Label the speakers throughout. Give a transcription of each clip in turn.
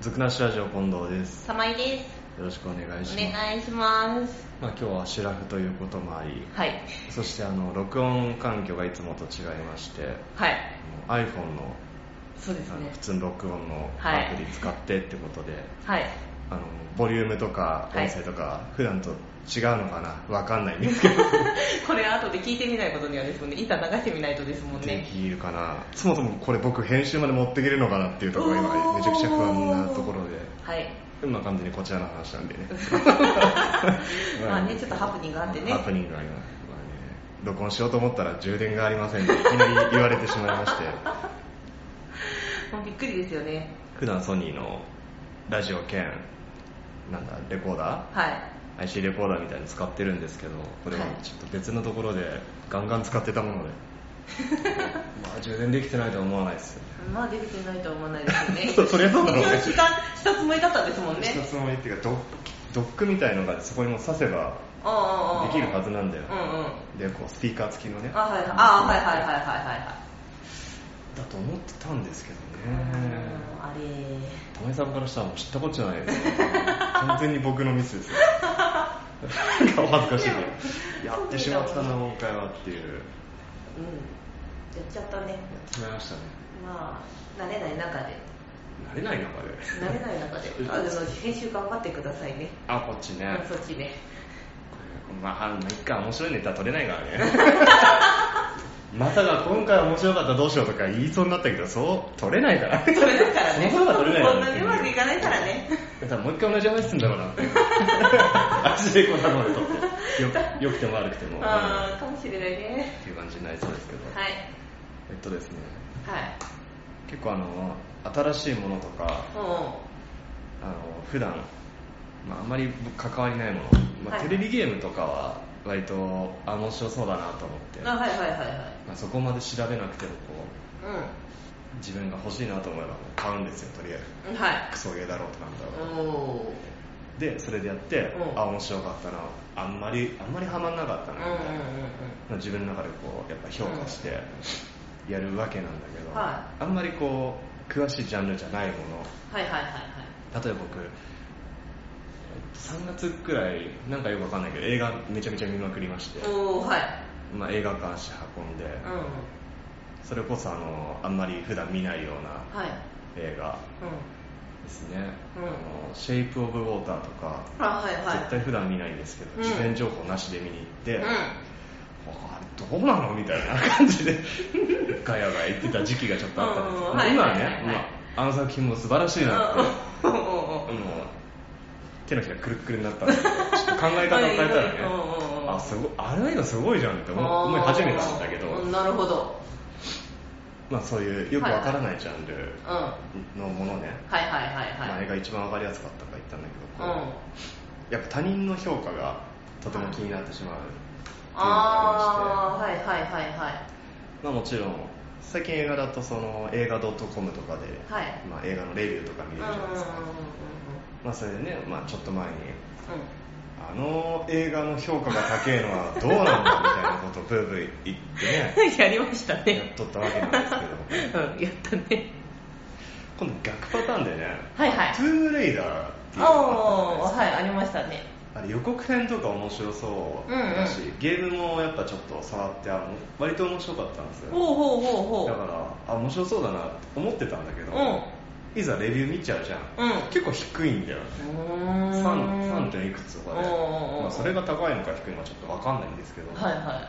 Speaker 1: ずくなしラジオ近藤です。
Speaker 2: さまいです。
Speaker 1: よろしくお願いします。
Speaker 2: お願いします。
Speaker 1: まあ今日はシラフということもあり、
Speaker 2: はい。
Speaker 1: そしてあの録音環境がいつもと違いまして、
Speaker 2: はい。
Speaker 1: あの iPhone の
Speaker 2: そうです
Speaker 1: あの
Speaker 2: ね
Speaker 1: 普。通の録音の
Speaker 2: はい
Speaker 1: アプリ使ってってことで、
Speaker 2: はい。
Speaker 1: あのボリュームとか
Speaker 2: はい
Speaker 1: 音声とか普段と違うのかな、わかんないんですけど、
Speaker 2: これ後で聞いてみないことにはですもんね。板流してみないとですもん
Speaker 1: で
Speaker 2: ね。
Speaker 1: きるかな。そもそもこれ僕編集まで持っていけるのかなっていうところが今
Speaker 2: おー
Speaker 1: めちゃくちゃ不安なところで。
Speaker 2: はい。。
Speaker 1: まあ完全にこちらの話なんでね
Speaker 2: まあねちょっとハプニングがあってね
Speaker 1: ハプニングがあります。まあね、録音しようと思ったら充電がありませんっていきなり言われてしまいまして、
Speaker 2: もうびっくりですよね。
Speaker 1: 普段ソニーのラジオ兼、なんだ、レコーダ
Speaker 2: はい。
Speaker 1: ー ?IC レコーダーみたいに使ってるんですけど、これはちょっと別のところでガンガン使ってたもの で、まあ充電できてないとは思わないですよね。
Speaker 2: まあ出てきてないとは思わないですよね。
Speaker 1: そうそりゃそうだろうね
Speaker 2: 一応した、したつもりだったんですもんね
Speaker 1: 一。つもりっていうかドッ、ドックみたいのがそこにも刺せば
Speaker 2: うんうんうん。
Speaker 1: できるはずなんだよ。
Speaker 2: うんうん。
Speaker 1: でこうスピーカー付きのね
Speaker 2: あ、はい。あ、はいはいはいはいはい。
Speaker 1: だと思ってたんですけど
Speaker 2: う
Speaker 1: ね
Speaker 2: んあれ
Speaker 1: 玉井さんからしたらもう知ったことじゃない ですよ完全に僕のミスですよなんかお恥ずかしいけどやってしまったな今回はっていうや
Speaker 2: うん。やっちゃったね。
Speaker 1: ってしまいましたね
Speaker 2: まあ、慣れない中で。
Speaker 1: 慣れない中で
Speaker 2: 慣れない中で。あの、編集頑張ってくださいね。
Speaker 1: あこっちね
Speaker 2: うんそっちね。
Speaker 1: まあ、あの一回面白いネタ取れないから ねまさか今回面白かったらどうしようとか言いそうになったけどそう取れないから
Speaker 2: 取れないからね。
Speaker 1: そんなことは取れないよ
Speaker 2: こんなにうまくいかないからね。
Speaker 1: だからもう一回同じ話すんだろうなっ て。足でこんなので撮って。よよくても悪くても。っ
Speaker 2: あーかもしれないね。
Speaker 1: ていう感じになりそうですけど。
Speaker 2: はい。
Speaker 1: えっとですね、
Speaker 2: はい。
Speaker 1: 結構あの、新しいものとか、
Speaker 2: う
Speaker 1: あの、普段、まあ、あんまり関わりないもの、まあ、
Speaker 2: はい
Speaker 1: テレビゲームとかは割と、あ、面白そうだなと思って、
Speaker 2: ん。あ、
Speaker 1: ま
Speaker 2: はいはいはいはい。
Speaker 1: あ、そこまで調べなくてもこ
Speaker 2: う
Speaker 1: う、自分が欲しいなと思えばもう買うんですよ、とりあえず。
Speaker 2: ん。はい。
Speaker 1: クソゲーだろうとなんだろうと。
Speaker 2: おー。
Speaker 1: でそれでやって、
Speaker 2: うん
Speaker 1: あ面白かったなあんまりあんまりハマんなかった
Speaker 2: うん
Speaker 1: な
Speaker 2: う
Speaker 1: み
Speaker 2: んうん
Speaker 1: たいな、まあ自分の中でこうやっぱ評価してやるわけなんだけど、
Speaker 2: は
Speaker 1: あんまりこう詳しいジャンルじゃないもの
Speaker 2: うん。はいはいはいはい。
Speaker 1: 例えば僕3月くらいなんかよくわかんないけど映画めちゃめちゃ見まくりまして、
Speaker 2: おー、はい。
Speaker 1: まあ、映画館足運んで、
Speaker 2: うん。
Speaker 1: それこそあのあんまり普段見ないような
Speaker 2: はい。
Speaker 1: 映画
Speaker 2: うん。
Speaker 1: ですね、
Speaker 2: うん
Speaker 1: あのシェイプ・オブ・ウォーターとか
Speaker 2: あ、はいはい。
Speaker 1: 絶対普段見ないんですけど、
Speaker 2: うん
Speaker 1: 事前情報なしで見に行って、
Speaker 2: うん。
Speaker 1: あどうなのみたいな 感じでガヤガヤ言ってた時期がちょっとあったんですけど、
Speaker 2: うんはい
Speaker 1: 今は
Speaker 2: はい
Speaker 1: ね、
Speaker 2: はいはい
Speaker 1: まあ、あの作品も素晴らしいなって、
Speaker 2: うんうんうんうん
Speaker 1: もう手のひらくるっくるにな ったんですけどちょっと考え方を変えたらね
Speaker 2: はいうんうんうん
Speaker 1: あすごいあれ映画すごいじゃんって 思思い始めたんだけど、
Speaker 2: うんなるほど。
Speaker 1: まあ、そういうよくわからないジャンル
Speaker 2: うん。は
Speaker 1: のものね、
Speaker 2: いはいはい
Speaker 1: まあ、
Speaker 2: は
Speaker 1: あ
Speaker 2: い
Speaker 1: れ。が一番わかりやすかったから言ったんだけ
Speaker 2: う。
Speaker 1: どこうんやっぱ他人の評価がとても気になってしまうっていうのがありまして
Speaker 2: あー、はいはいはいはい。
Speaker 1: まあ、もちろん最近映画だとその映画 .com とかで、
Speaker 2: はい
Speaker 1: まあ、映画のレビューとか見
Speaker 2: う
Speaker 1: れ
Speaker 2: ん
Speaker 1: る
Speaker 2: う
Speaker 1: じゃな
Speaker 2: んうんうん
Speaker 1: いですか、まあ、それでね、まあ、ちょっと前に
Speaker 2: うん。
Speaker 1: あの映画の評価が高いのはどうなんだみたいなことをブーブー言って
Speaker 2: やりました
Speaker 1: ね やっ
Speaker 2: ね。
Speaker 1: とったわけなんですけど
Speaker 2: うん、やったね。
Speaker 1: 今度逆パターンでね
Speaker 2: はいは
Speaker 1: ト
Speaker 2: い。
Speaker 1: ゥームレイダーっていうの
Speaker 2: お
Speaker 1: があったじ
Speaker 2: ー、
Speaker 1: ゃない
Speaker 2: は
Speaker 1: で
Speaker 2: い、ありましたね。
Speaker 1: すかあれ予告編とか面白そうだし、
Speaker 2: うん
Speaker 1: ゲームもやっぱちょっと触ってあの割と面白かったんですよ
Speaker 2: ほうほうほうほ
Speaker 1: だ
Speaker 2: う。
Speaker 1: からあ面白そうだなって思ってたんだけど、
Speaker 2: う
Speaker 1: いざレビュー見ちゃうじゃん、
Speaker 2: うん
Speaker 1: 結構低いんだよね
Speaker 2: うーん。
Speaker 1: 3, 3点いくつとかで、
Speaker 2: うんうんうん
Speaker 1: まあ、それが高いのか低いのかちょっと分かんないんですけど、
Speaker 2: はいはい。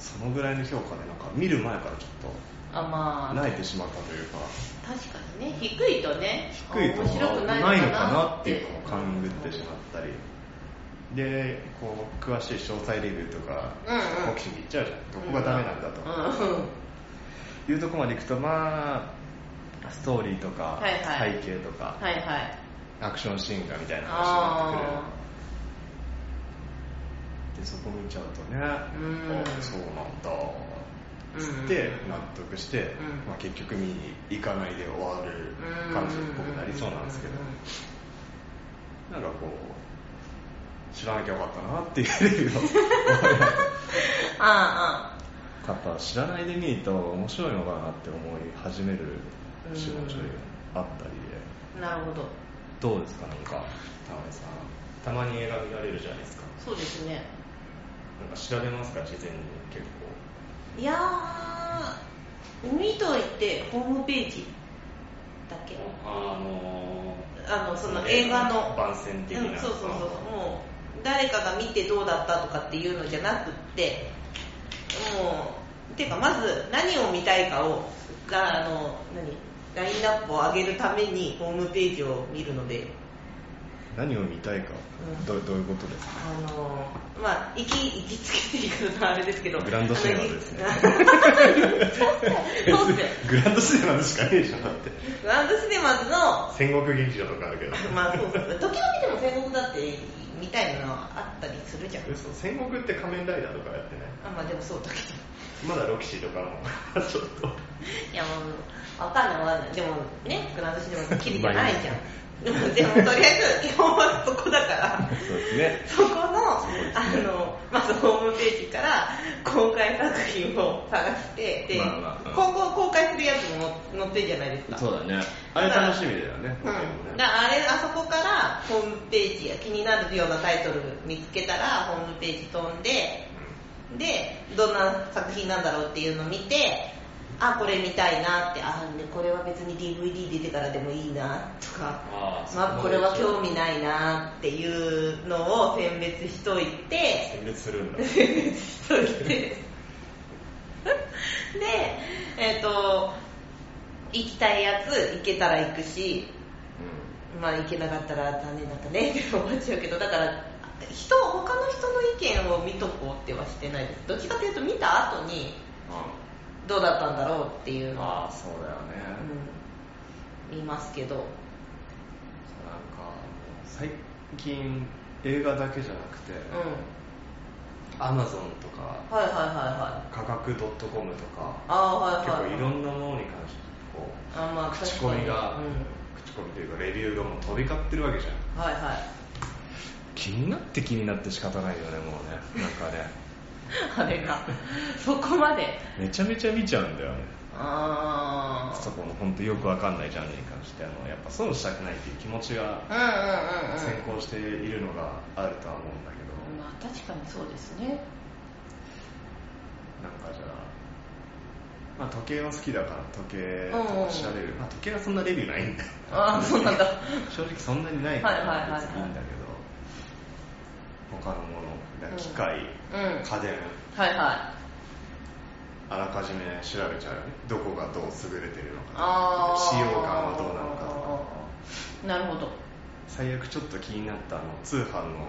Speaker 1: そのぐらいの評価でなんか見る前からちょっ
Speaker 2: あ、ま
Speaker 1: と
Speaker 2: あ、
Speaker 1: 泣いてしまったというか
Speaker 2: 確かにね、低いとね、
Speaker 1: 低いと
Speaker 2: 面白くない
Speaker 1: ないの
Speaker 2: の
Speaker 1: か
Speaker 2: か
Speaker 1: な
Speaker 2: な
Speaker 1: っ
Speaker 2: って
Speaker 1: い
Speaker 2: て
Speaker 1: うのを勘ぐってしまったりでこう詳しい詳細レビューとか
Speaker 2: うんうん
Speaker 1: 好奇心でいっちゃうじゃんどこがダメなんだと、
Speaker 2: うんうん。
Speaker 1: いうとこまでいくとまあストーリーとか
Speaker 2: はいはい
Speaker 1: 背景とか、
Speaker 2: はいはい。
Speaker 1: アクションシーンがみたいな話になってくる
Speaker 2: あ
Speaker 1: でそこ見ちゃうとね
Speaker 2: うん
Speaker 1: あそうなんだつ
Speaker 2: うん
Speaker 1: って納得して、
Speaker 2: うん
Speaker 1: まあ、結局見に行かないで終わる感じっぽくなりそうなんですけどなんかこう知らなきゃよかったなっていうレ ビューを
Speaker 2: ああ、
Speaker 1: やっぱ知らないで見ると面白いのかなって思い始める
Speaker 2: うん
Speaker 1: 仕事があったりで、
Speaker 2: うなるほど
Speaker 3: どうですかなんか
Speaker 1: 田辺さん
Speaker 3: たまに映画見られるじゃないですか
Speaker 2: そうですね
Speaker 3: なんか調べますか事前に結構
Speaker 2: いやー見といてホームページだけ
Speaker 3: あの
Speaker 2: あのその映画の
Speaker 3: 番宣的な、
Speaker 2: うん、そうそうそうもう誰かが見てどうだったとかっていうのじゃなくってもうてかまず何を見たいかをがあの何ラインナップを上げるためにホームページを見るので
Speaker 1: 何を見たいか、
Speaker 2: うん
Speaker 1: どどういうことですか
Speaker 2: あのまあ行き行きつけていくのはあれですけど
Speaker 1: グランドシネマですね
Speaker 2: あのそうっすよ
Speaker 1: グランドシネマでしかねえじゃんだって
Speaker 2: グランドシネマズの
Speaker 3: 戦国劇場とかあるけど
Speaker 2: まあそうそう時々でも戦国だってみたいなのはあったりするじゃん
Speaker 3: 嘘戦国って仮面ライダーとかやってない
Speaker 2: あまあでもそうだけど
Speaker 3: まだロキシーとかも ちょっと
Speaker 2: いやもうわかんないわかんないでもねグランドシネマズきりじゃないじゃんでもでもとりあえず基本はそこだから
Speaker 1: そうですね
Speaker 2: そこのあ
Speaker 1: すね
Speaker 2: のまずホームページから公開作品を探してで、
Speaker 3: まあまあうん
Speaker 2: 今後公開するやつも載ってるじゃないですか
Speaker 3: そうだね
Speaker 1: あれ楽しみだよね、
Speaker 2: うん、
Speaker 1: 僕
Speaker 2: だか
Speaker 1: もね
Speaker 2: らあれあそこからホームページや気になるようなタイトル見つけたらホームページ飛んででどんな作品なんだろうっていうのを見てあこれ見たいなってあでこれは別に DVD 出てからでもいいなとか
Speaker 3: あー
Speaker 2: まあ、これは興味ないなっていうのを選別しといて
Speaker 3: 選別するんだ
Speaker 2: 選別しといてでえっ、と行きたいやつ行けたら行くしまあ行けなかったら残念だったねって思っちゃうけどだから人他の人の意見を見とこうってはしてないですどっちかというと見た後にどうだったんだろうっていうのは、
Speaker 1: ああそうだよね、
Speaker 2: うん見ますけど
Speaker 1: なんか最近映画だけじゃなくて、
Speaker 2: うんはい
Speaker 3: アマゾンとか
Speaker 2: はいはいはい
Speaker 1: 価格 .com とか
Speaker 2: ああはい
Speaker 3: 結構
Speaker 2: はい
Speaker 3: いろんなものに関してこう
Speaker 2: あまあ
Speaker 3: 口コミが
Speaker 2: 確かに
Speaker 1: 口コミというかレビューがもう飛び交ってるわけじゃん
Speaker 2: うん、はいはい
Speaker 1: 気になって気になって仕方ないよねもうねなんかね
Speaker 2: あれがそこまで
Speaker 1: めちゃめちゃ見ちゃうんだよね
Speaker 2: ああ
Speaker 1: そこの本当よくわかんないジャンルに関してあのやっぱ損したくないっていう気持ちが
Speaker 2: うんうんうんうん
Speaker 1: 先行しているのがあるとは思うんだけど、
Speaker 2: まあ確かにそうですね
Speaker 1: なんかじゃあ、まあ、時計は好きだから時計とか調べる、まあ、時計はそんなレビューないん だ
Speaker 2: ああそうなんだ
Speaker 1: 正直そんなにないから
Speaker 2: はいはいはいはい
Speaker 1: 別にいいんだけど他のものだから機械、
Speaker 2: うんはい
Speaker 1: 家電
Speaker 2: はい
Speaker 1: あらかじめ調べちゃうよねどこがどう優れてるの
Speaker 2: あ
Speaker 1: か
Speaker 2: ー
Speaker 1: 使用感はどうなのかとか
Speaker 2: なるほど
Speaker 1: 最悪ちょっと気になったあの通販の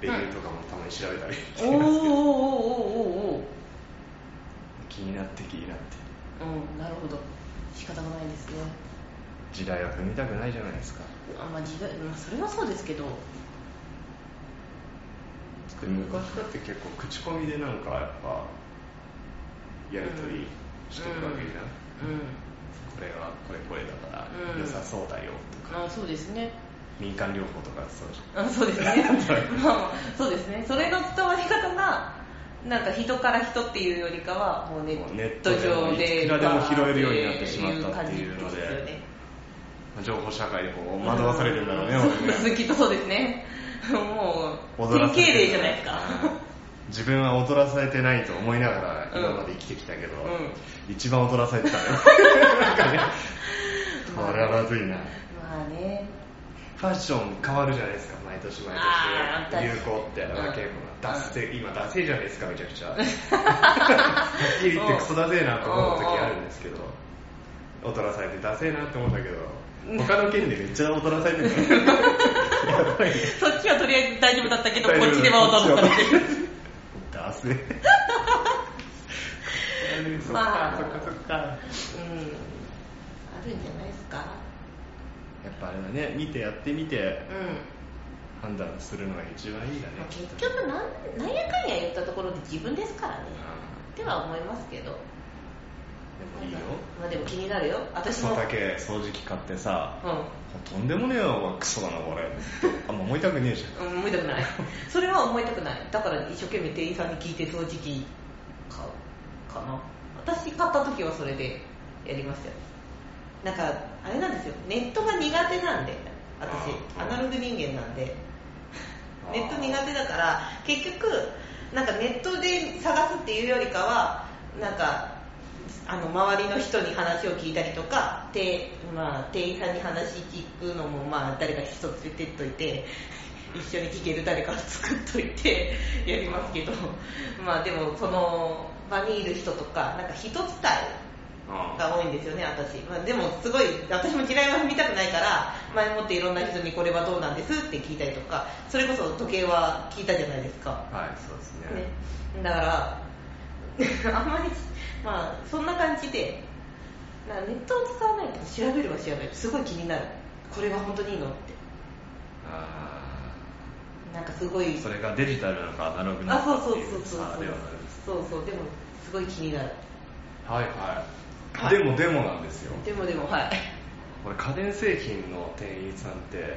Speaker 1: レビューとかもたまに調べたりして
Speaker 2: おーおーお
Speaker 1: ま
Speaker 2: ーおー
Speaker 1: すけど
Speaker 2: おーお
Speaker 1: 気になって気になって
Speaker 2: ーうんなるほど仕方がないですね
Speaker 1: 時代は踏みたくないじゃないですか
Speaker 2: あまあ自分、まあ、それはそうですけど
Speaker 1: で昔だって結構口コミでなんかやっぱやり取りしてるわけじゃん、
Speaker 2: う
Speaker 1: これはこれこれだか
Speaker 2: う
Speaker 1: ら
Speaker 2: ん
Speaker 1: 良さそうだよと
Speaker 2: ん
Speaker 1: か、
Speaker 2: あそうですね
Speaker 1: 民間療法とかそうじゃん
Speaker 2: あそうですねまあそうですねそれの伝わり方がなんか人から人っていうよりかはもうネ
Speaker 1: もうネッ
Speaker 2: ット
Speaker 1: トで
Speaker 2: 上で
Speaker 1: いくらでも拾えるようになってしまったっていうので
Speaker 2: 感じですよね
Speaker 1: まあ情報社会でこう惑わされるんだろうね、
Speaker 2: う
Speaker 1: 俺ね
Speaker 2: そうきっとそうですねもう
Speaker 1: 踊ら
Speaker 2: 典
Speaker 1: されて
Speaker 2: 型例じゃないですか
Speaker 1: 自分は踊らされてないと思いながら
Speaker 2: うん
Speaker 1: 今まで生きてきたけど、
Speaker 2: う
Speaker 1: 一番踊らされてた よなんかねこれはまずいな
Speaker 2: まあね
Speaker 1: ファッション変わるじゃないですか毎年毎
Speaker 2: あー
Speaker 1: 年流行って
Speaker 2: うん
Speaker 1: 若い子が
Speaker 2: うん
Speaker 1: ダッセ今ダセいじゃないですかめちゃ くちゃはっきり言ってクソダセえなと思う時あるんですけど踊らされてダセえなって思うんだけど他の県でめっちゃ踊らされてるからやばいね
Speaker 2: そっちはとりあえず大丈夫だったけどこっちでは驚かれてる
Speaker 1: ダ セそっ
Speaker 2: まあ
Speaker 1: かそっかそっかや
Speaker 2: うんあるんじゃないですか
Speaker 1: っぱあれだね見てやってみて
Speaker 2: うん、
Speaker 1: 判断するのが一番いいんだね
Speaker 2: まあ、結局なんなんやかんや言ったところで自分ですからね
Speaker 1: う
Speaker 2: っては思いますけ
Speaker 1: ん
Speaker 2: ど
Speaker 1: でもいいよ
Speaker 2: まあでも気になるよ
Speaker 1: ク
Speaker 2: 私
Speaker 1: ソ
Speaker 2: も
Speaker 1: だけ掃除機買ってさ
Speaker 2: う
Speaker 1: とんでもねえよお前クソだなこれ あんま思いたくねえじゃん
Speaker 2: ん、うん、思いたく ないそれは思いたくないだから一生懸命店員さんに聞いて掃除機買うかな私買った時はそれでやりましたよなんかあれなんですよネットが苦手なんで私
Speaker 3: あー
Speaker 2: アナログ人間なんで
Speaker 3: あー
Speaker 2: ネット苦手だから結局なんかネットで探すっていうよりかはなんかあの周りの人に話を聞いたりとかて、まあ、店員さんに話聞くのも、まあ、誰か人連れてっといて一緒に聞ける誰かを作っといてやりますけど、まあ、でもその場にいる人とかなんか人伝えが多いんですよね、私。まあ、でも、すごい、私も嫌いは踏みたくないから、前もっていろんな人にこれはどうなんですって聞いたりとか、それこそ時計は聞いたじゃないですか。
Speaker 3: はいそうですね
Speaker 2: ね、だから、 あんまり、まあ、そんな感じで、なネットを使わないと調べるは調べる。すごい気になる。これは本当にいいのって。
Speaker 3: あ
Speaker 2: なんかすごい
Speaker 3: ー、それがデジタルなのかアナログな
Speaker 2: あ、
Speaker 3: の
Speaker 2: そう
Speaker 3: かっ
Speaker 2: そう
Speaker 3: ていう
Speaker 2: そうそう
Speaker 3: 差ではないです。
Speaker 2: そうそう、でも、すごい気になる。
Speaker 3: はいは
Speaker 2: は
Speaker 3: い
Speaker 2: い
Speaker 3: でもでもなんですよ
Speaker 2: でもでも、はい。
Speaker 3: これ家電製品の店員さんって
Speaker 2: う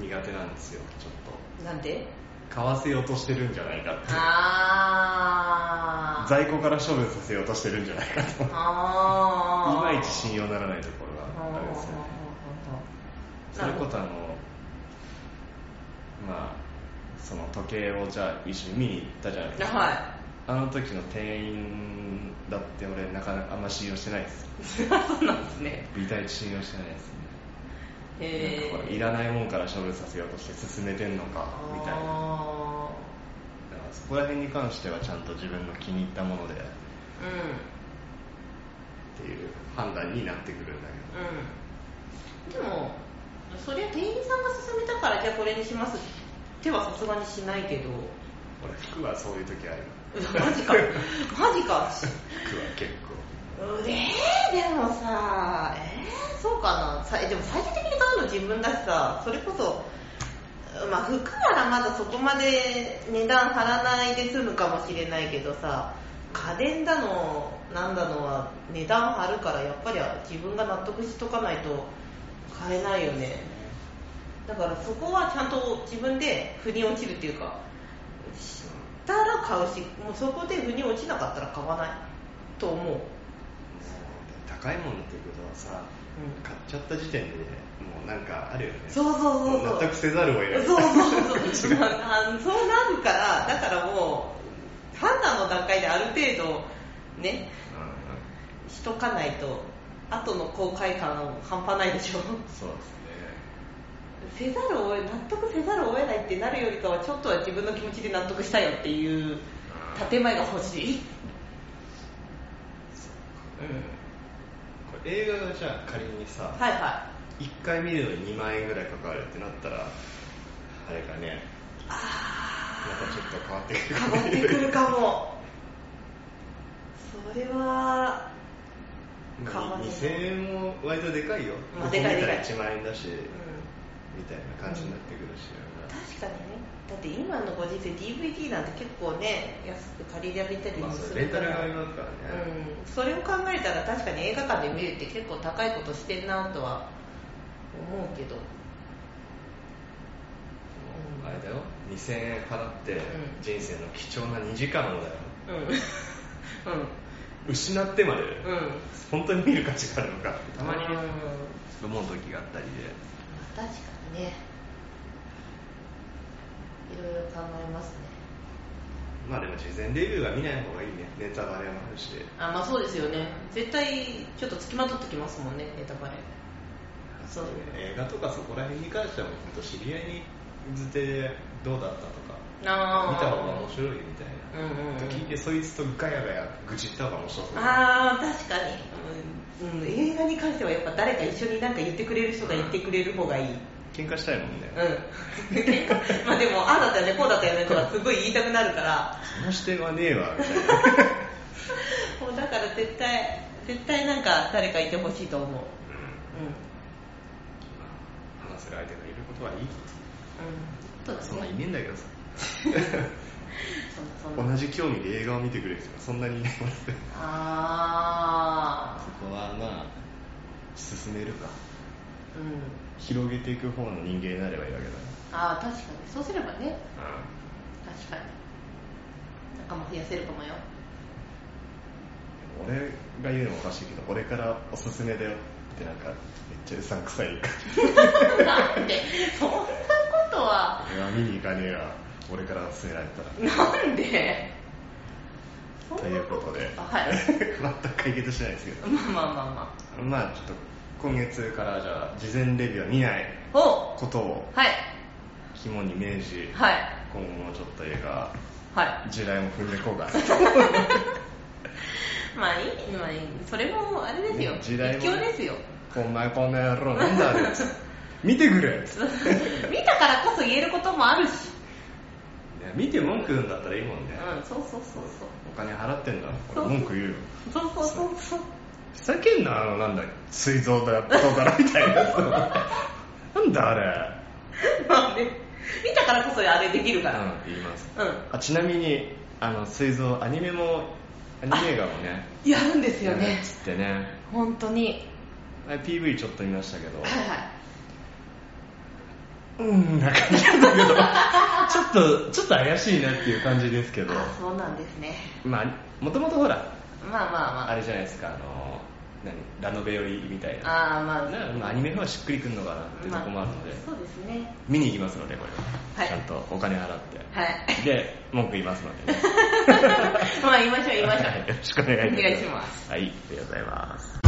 Speaker 3: 苦手なんですよちょっと
Speaker 2: ん。なんで
Speaker 3: 買わせようとしてるんじゃないかって
Speaker 2: あー。
Speaker 1: 在庫から処分させようとしてるんじゃないかと。い
Speaker 2: ああ
Speaker 1: まいち信用ならないところがあるんですよね。それこそあの、まあ、その時計をじゃあ一緒に見に行ったじゃないですか。
Speaker 2: は
Speaker 1: あの時の店員だって俺なかなかあんま信用してないです。
Speaker 2: い そうなんですね
Speaker 1: 美体信用してないですね。
Speaker 2: へ
Speaker 1: なんかこれ
Speaker 2: え
Speaker 1: いらないもんから処分させようとして進めてんのかみたいな。
Speaker 2: あ
Speaker 1: だからそこら辺に関してはちゃんと自分の気に入ったものでっ
Speaker 2: ー
Speaker 1: ていう判断になってくるんだけ
Speaker 2: うんうんでもそりゃ店員さんが勧めたからじゃあこれにします手はさすがにしないけ ど
Speaker 1: ど俺服はそういう時ある
Speaker 2: マジかマジか
Speaker 1: 服は結構
Speaker 2: うえー、でもさ、えー、そうかなさ、でも最終的に買うの自分だしさ、それこそ、まあ、服ならまだそこまで値段張らないで済むかもしれないけどさ、家電だの、なんだのは値段張るから、やっぱり自分が納得しとかないと買えないよね。だからそこはちゃんと自分で腑に落ちるっていうか、したら買うし、もうそこで腑に落ちなかったら買わないと思う。
Speaker 1: 高いものっていうことはさ
Speaker 2: うん
Speaker 1: 買っちゃった時点でもうなんかあるよね
Speaker 2: そうそうそうそう
Speaker 1: も納得せざるを得ない
Speaker 2: そうそう そう、まあ、あのそうなるからだからもう判断の段階である程度ね
Speaker 1: うんうん
Speaker 2: しとかないと後の後悔感は半端ないでしょ
Speaker 1: そう です
Speaker 2: せざるを得納得せざるを得ないってなるよりかはちょっとは自分の気持ちで納得したよっていう建前が欲しい、
Speaker 1: ねこれ映画がじゃあ仮にさ
Speaker 2: はいはい
Speaker 1: 1回見るのに2万円ぐらいかかるってなったらあれかねま
Speaker 2: あ
Speaker 1: たちょっと変わってく
Speaker 2: ー
Speaker 1: る
Speaker 2: 変わってくるかもそれは変わる
Speaker 1: 2000円も割とでかいよ、
Speaker 2: まあでかいでかい
Speaker 1: 1万円だし、
Speaker 2: うん
Speaker 1: みたいな感じになってくるし、
Speaker 2: 確かにねだって今のご時世 DVD なんて結構ね安く借りられたり
Speaker 1: ま
Speaker 2: も
Speaker 1: あそ
Speaker 2: す
Speaker 1: れレ
Speaker 2: る
Speaker 1: ン
Speaker 2: か
Speaker 1: タル
Speaker 2: ら、
Speaker 1: がありますからね、
Speaker 2: うん、それを考えたら確かに映画館で見るって結構高いことしてんなとは思うけどうん
Speaker 1: あれだよ2000円払って
Speaker 2: ん
Speaker 1: 人生の貴重な2時間をだよ
Speaker 2: うん
Speaker 1: 失ってまで、
Speaker 2: うんうん
Speaker 1: 本当に見る価値があるのかってたまに
Speaker 2: うん
Speaker 1: ね思う時があったりで
Speaker 2: 確かにねいろいろ考えますね
Speaker 1: まあでも事前レビューは見ない方がいいねネタバレもあるし
Speaker 2: あまあそうですよね絶対ちょっとつきまとってきますもんねネタバレそう
Speaker 1: 映画とかそこら辺に関してはもう本当知り合いにずてでどうだったとか
Speaker 2: あー
Speaker 1: 見た方が面白いみたいな
Speaker 2: うんうんうん
Speaker 1: と聞いてそいつとガヤガヤ愚痴った方が面白そう
Speaker 2: ああ確かに、うんうん、映画に関してはやっぱ誰か一緒になんか言ってくれる人が言ってくれる方がいいうん
Speaker 1: 喧嘩したいもんね、
Speaker 2: まあでもああだったよねこうだったよねとかすごい言いたくなるから
Speaker 1: その視点はねえわみたい
Speaker 2: もうだから絶対絶対なんか誰かいてほしいと思う
Speaker 1: な、
Speaker 2: う
Speaker 1: 話せる相手がいることはいい
Speaker 2: んうんそうだね
Speaker 1: そんないねえんだけどさ
Speaker 2: そんなそんな
Speaker 1: 同じ興味で映画を見てくれる人がそんなにいないもんね
Speaker 2: あ
Speaker 1: そこはまあ進めるか
Speaker 2: あうん
Speaker 1: 広げていく方の人間になればいいわけだ
Speaker 2: ああ確かにそうすればね
Speaker 1: な、
Speaker 2: 確かに仲間増やせるかもよ
Speaker 1: 俺が言うのもおかしいけど俺からおすすめだよってなんかめっちゃうさんくさいか
Speaker 2: なんでそんなことは
Speaker 1: らいや見に行かねえわ俺から勧められたら
Speaker 2: なんでそんな
Speaker 1: ということで
Speaker 2: あはい
Speaker 1: 全く解決しないですけど
Speaker 2: まあまあまあ
Speaker 1: ま
Speaker 2: ま
Speaker 1: あちょっと今月からじゃあ事前レビューは見ない
Speaker 2: あお
Speaker 1: ことを
Speaker 2: はい
Speaker 1: 肝に銘じ
Speaker 2: はい
Speaker 1: 今後もちょっと映画
Speaker 2: はい
Speaker 1: 地雷も踏んでいこうかな
Speaker 2: まあいいまあいいそれもあれですよ
Speaker 1: ね
Speaker 2: 一
Speaker 1: 時代もね
Speaker 2: 興ですよ
Speaker 1: こんなこんな野郎なんだあれ見てくれい
Speaker 2: 見たからこそ言えることもあるし
Speaker 1: や見て文句言うんだったらいいもんね
Speaker 2: うんそうそうそう
Speaker 1: お金払ってんだ
Speaker 2: そう
Speaker 1: 俺文句言うよ
Speaker 2: そうそうそうそうそう
Speaker 1: ふざけんなあのなんだ膵臓だどうだらみたいなやつなんだあれ
Speaker 2: まあね見たからこそあれできるから
Speaker 1: うん言います
Speaker 2: うん、
Speaker 1: あちなみにあの膵臓アニメもアニメ映画もね
Speaker 2: やるんですよ
Speaker 1: やる
Speaker 2: ね
Speaker 1: っつってね
Speaker 2: 本当に
Speaker 1: あれ PV ちょっと見ましたけど
Speaker 2: はいはい
Speaker 1: うんな感じなんだけどちょっとちょっと怪しいなっていう感じですけど
Speaker 2: あそうなんですね
Speaker 1: まあもともとほら
Speaker 2: まあまあま
Speaker 1: あ
Speaker 2: あ
Speaker 1: れじゃないですかあの何ラノベ寄りみたいな
Speaker 2: ああまあ
Speaker 1: ねまあアニメの方がしっくりくるのかなっていうとこもあるので、
Speaker 2: そうですね
Speaker 1: 見に行きますのでこれ
Speaker 2: は
Speaker 1: はいちゃんとお金払って
Speaker 2: はい
Speaker 1: で文句言いますのでね
Speaker 2: まあ言いましょう言いましょ
Speaker 1: は
Speaker 2: う
Speaker 1: いよろしくお願いします
Speaker 2: お願いします
Speaker 1: はいありがとうございます